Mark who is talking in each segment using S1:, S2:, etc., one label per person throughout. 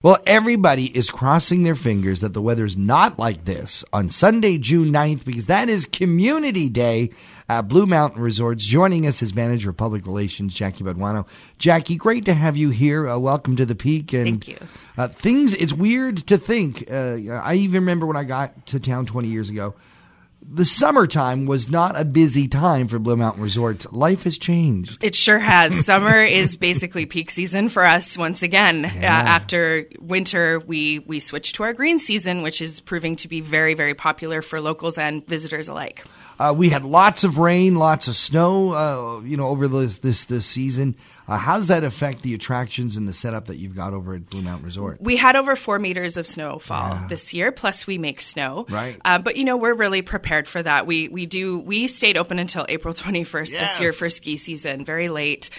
S1: Well, everybody is crossing their fingers that the weather's not like this on Sunday, June 9th, because that is Community Day at Blue Mountain Resorts. Joining us is Manager of Public Relations, Jackie Baduano. Jackie, great to have you here. Uh, welcome to the peak. And,
S2: Thank you.
S1: Uh, things, it's weird to think. Uh, I even remember when I got to town 20 years ago, the summertime was not a busy time for Blue Mountain Resorts. Life has changed.
S2: It sure has. Summer is basically peak season for us once again. Uh, after winter, we we switched to our green season, which is proving to be very very popular for locals and visitors alike.
S1: Uh, we had lots of rain, lots of snow, uh, you know, over this this this season. Uh, how does that affect the attractions and the setup that you've got over at Blue Mountain Resort?
S2: We had over four meters of snowfall this year. Plus, we make snow.
S1: Right.
S2: Uh, but you know, we're really prepared for that. We we do. We stayed open until April twenty first this year
S1: Yes.
S2: for ski season. Very late.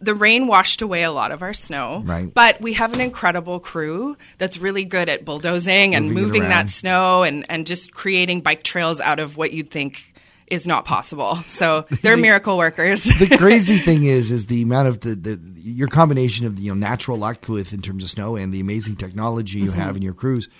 S2: The rain washed away a lot of our snow,
S1: Right.
S2: but we have an incredible crew that's really good at bulldozing and
S1: Moving it
S2: moving
S1: around.
S2: that snow and, and just creating bike trails out of what you'd think is not possible. So they're miracle workers.
S1: The crazy thing is, is the amount of the, the your combination of the you know natural luck with in terms of snow and the amazing technology you have in your cruise.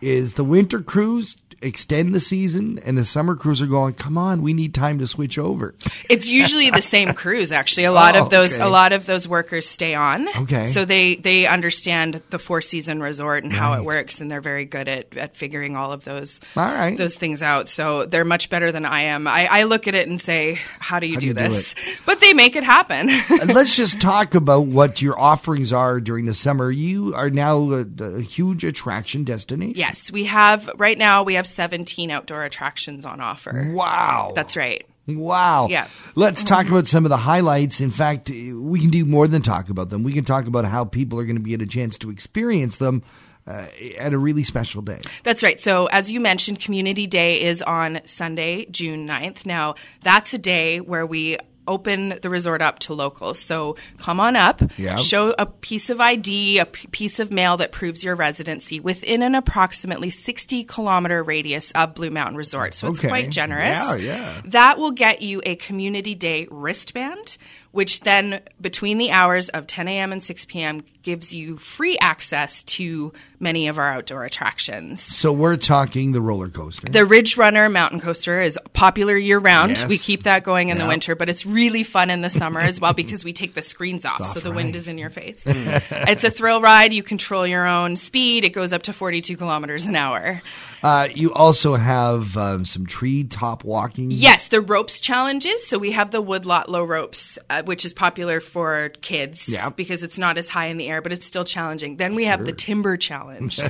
S1: Is the winter cruise extend the season and the summer cruise are going? Come on, we need time to switch over.
S2: It's usually the same crews. Actually, a lot
S1: Oh,
S2: of those
S1: okay.
S2: a lot of those workers stay on.
S1: Okay.
S2: so they they understand the four season resort and how it works, and they're very good at at figuring all of those
S1: All right.
S2: those things out. So they're much better than I am. I, I look at it and say, how do you
S1: How do
S2: do
S1: you do
S2: this? but they make it happen.
S1: And let's just talk about what your offerings are during the summer. You are now a, a huge attraction destination.
S2: yes, we have right now we have seventeen outdoor attractions on offer.
S1: Wow.
S2: That's right.
S1: Wow.
S2: Yeah.
S1: Let's talk about some of the highlights. In fact, we can do more than talk about them. We can talk about how people are going to be get a chance to experience them uh, at a really special day.
S2: That's right. So, as you mentioned, Community Day is on Sunday, June 9th. Now, that's a day where we open the resort up to locals. So, come on up,
S1: Yeah.
S2: show a piece of ID, a p- piece of mail that proves your residency within an approximately 60 kilometer radius of Blue Mountain Resort. So, it's
S1: Okay.
S2: quite generous.
S1: Yeah, yeah.
S2: That will get you a Community Day wristband, which then between the hours of 10 a.m. and 6 p.m. gives you free access to many of our outdoor attractions.
S1: So we're talking the roller coaster.
S2: The Ridge Runner mountain coaster is popular year round.
S1: Yes.
S2: We keep that going in
S1: Yeah.
S2: the winter, but it's really fun in the summer as well because we take the screens off, so the
S1: right. Hmm.
S2: wind is in your face. it's a thrill ride. You control your own speed. It goes up to 42 kilometers an hour.
S1: uh, you also have um, some tree top walking.
S2: Yes, the ropes challenges. So we have the woodlot low ropes, uh, which is popular for kids
S1: Yeah.
S2: because it's not as high in the air, but it's still challenging. Then we have the timber challenge,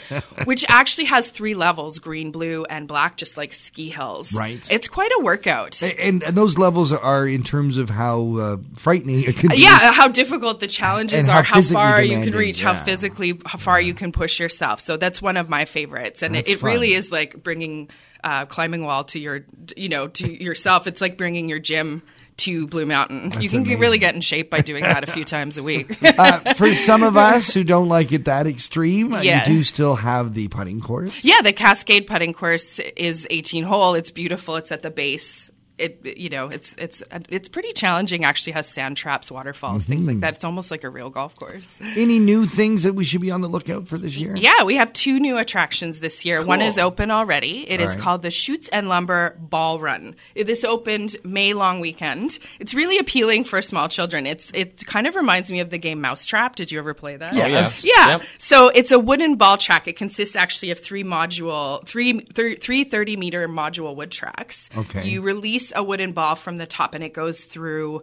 S2: which actually has three levels green, blue, and black, just like ski hills.
S1: Right.
S2: It's quite a workout.
S1: And, and those levels are in terms of how uh, frightening it can be.
S2: yeah, uh, how difficult the challenges
S1: And how
S2: are, how
S1: physically
S2: far you
S1: demanding,
S2: can reach,
S1: yeah.
S2: how physically how far you can push yourself. So that's one of my favorites, and
S1: That's
S2: it, it really
S1: fun.
S2: is like bringing uh, climbing wall to your you know to yourself. It's like bringing your gym to Blue Mountain. you can get, really get in shape by doing that a few times a week.
S1: Uh, for some of us who don't like it that extreme, uh,
S2: Yeah.
S1: you do still have the putting course.
S2: yeah, the Cascade putting course is 18 hole. It's beautiful. It's at the base. It you know it's it's it's pretty challenging. Actually, has sand traps, waterfalls, things
S1: Mm-hmm.
S2: like that. It's almost like a real golf course.
S1: Any new things that we should be on the lookout for this year?
S2: Yeah, we have two new attractions this year. One is
S1: Cool.
S2: open already. It is
S1: Alright.
S2: called the Shoots and Lumber Ball Run. It- This opened May long weekend. It's really appealing for small children. It's it kind of reminds me of the game Mousetrap. Did you ever play that?
S1: Yeah.
S3: Yes.
S2: Oh, Yeah.
S3: Yep.
S2: So it's a wooden ball track. It consists actually of three module, three, thir- three 30 meter module wood tracks.
S1: Okay.
S2: You release a wooden ball from the top and it goes through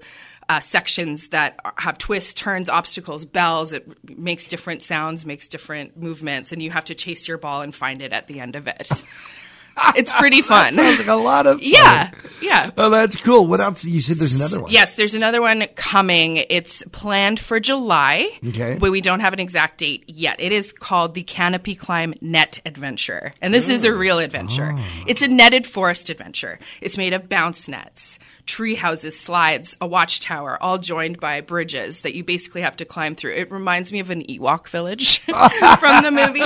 S2: uh, sections that are- have twists, turns, obstacles, bells. It makes different sounds, makes different movements, and you have to chase your ball and find it at the end of it. it's pretty fun.
S1: Sounds like a lot of fun.
S2: yeah. Yeah.
S1: Oh, that's cool. What else? You said there's another one.
S2: Yes, there's another one coming. It's planned for July.
S1: Okay.
S2: But we don't have an exact date yet. It is called the Canopy Climb Net Adventure. And this is a real adventure.
S1: Ah.
S2: It's a netted forest adventure. It's made of bounce nets, tree houses, slides, a watchtower, all joined by bridges that you basically have to climb through. It reminds me of an Ewok village from the movie.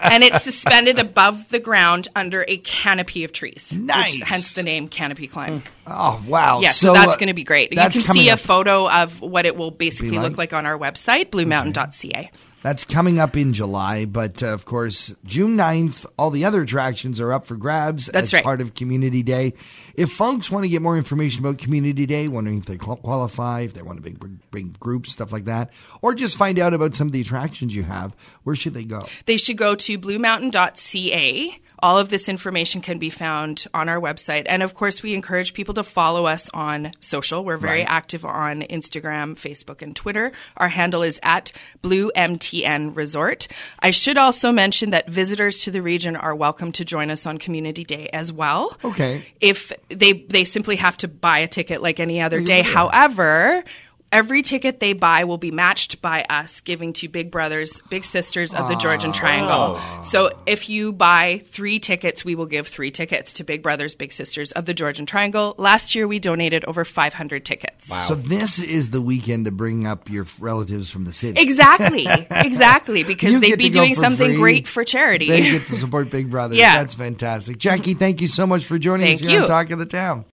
S2: And it's suspended above the ground under a canopy of trees. which-
S1: Nice.
S2: hence the name Canopy Climb.
S1: Oh, wow.
S2: Yeah, so, that's going to be great. You
S1: that's
S2: can
S1: coming
S2: see a
S1: up.
S2: photo of what it will basically
S1: Be like-
S2: look like on our website, bluemountain.ca.
S1: That's coming up in July, but uh, of course, June 9th, all the other attractions are up for grabs
S2: That's
S1: as
S2: right.
S1: part of Community Day. If folks want to get more information about Community Day, wondering if they qual- qualify, if they want to big, big, big groups, stuff like that, or just find out about some of the attractions you have, where should they go?
S2: They should go to bluemountain.ca. All of this information can be found on our website. And of course, we encourage people to follow us on social. We're very active on Instagram, Facebook, and Twitter. Our handle is at BlueMTN Resort. I should also mention that visitors to the region are welcome to join us on Community Day as well.
S1: Okay.
S2: If they, they simply have to buy a ticket like any other day. However, Every ticket they buy will be matched by us giving to Big Brothers, Big Sisters of the
S1: Ah.
S2: Georgian Triangle. So if you buy three tickets, we will give three tickets to Big Brothers, Big Sisters of the Georgian Triangle. Last year, we donated over 500 tickets.
S1: So, this is the weekend to bring up your f- relatives from the city.
S2: Exactly, exactly, because
S1: You get
S2: they'd be
S1: to go
S2: doing
S1: for
S2: something
S1: free.
S2: great for charity.
S1: They get to support Big Brother.
S2: Yeah.
S1: That's fantastic. Jackie, thank you so much for joining us
S2: Thank
S1: here
S2: you.
S1: on Talk of the Town.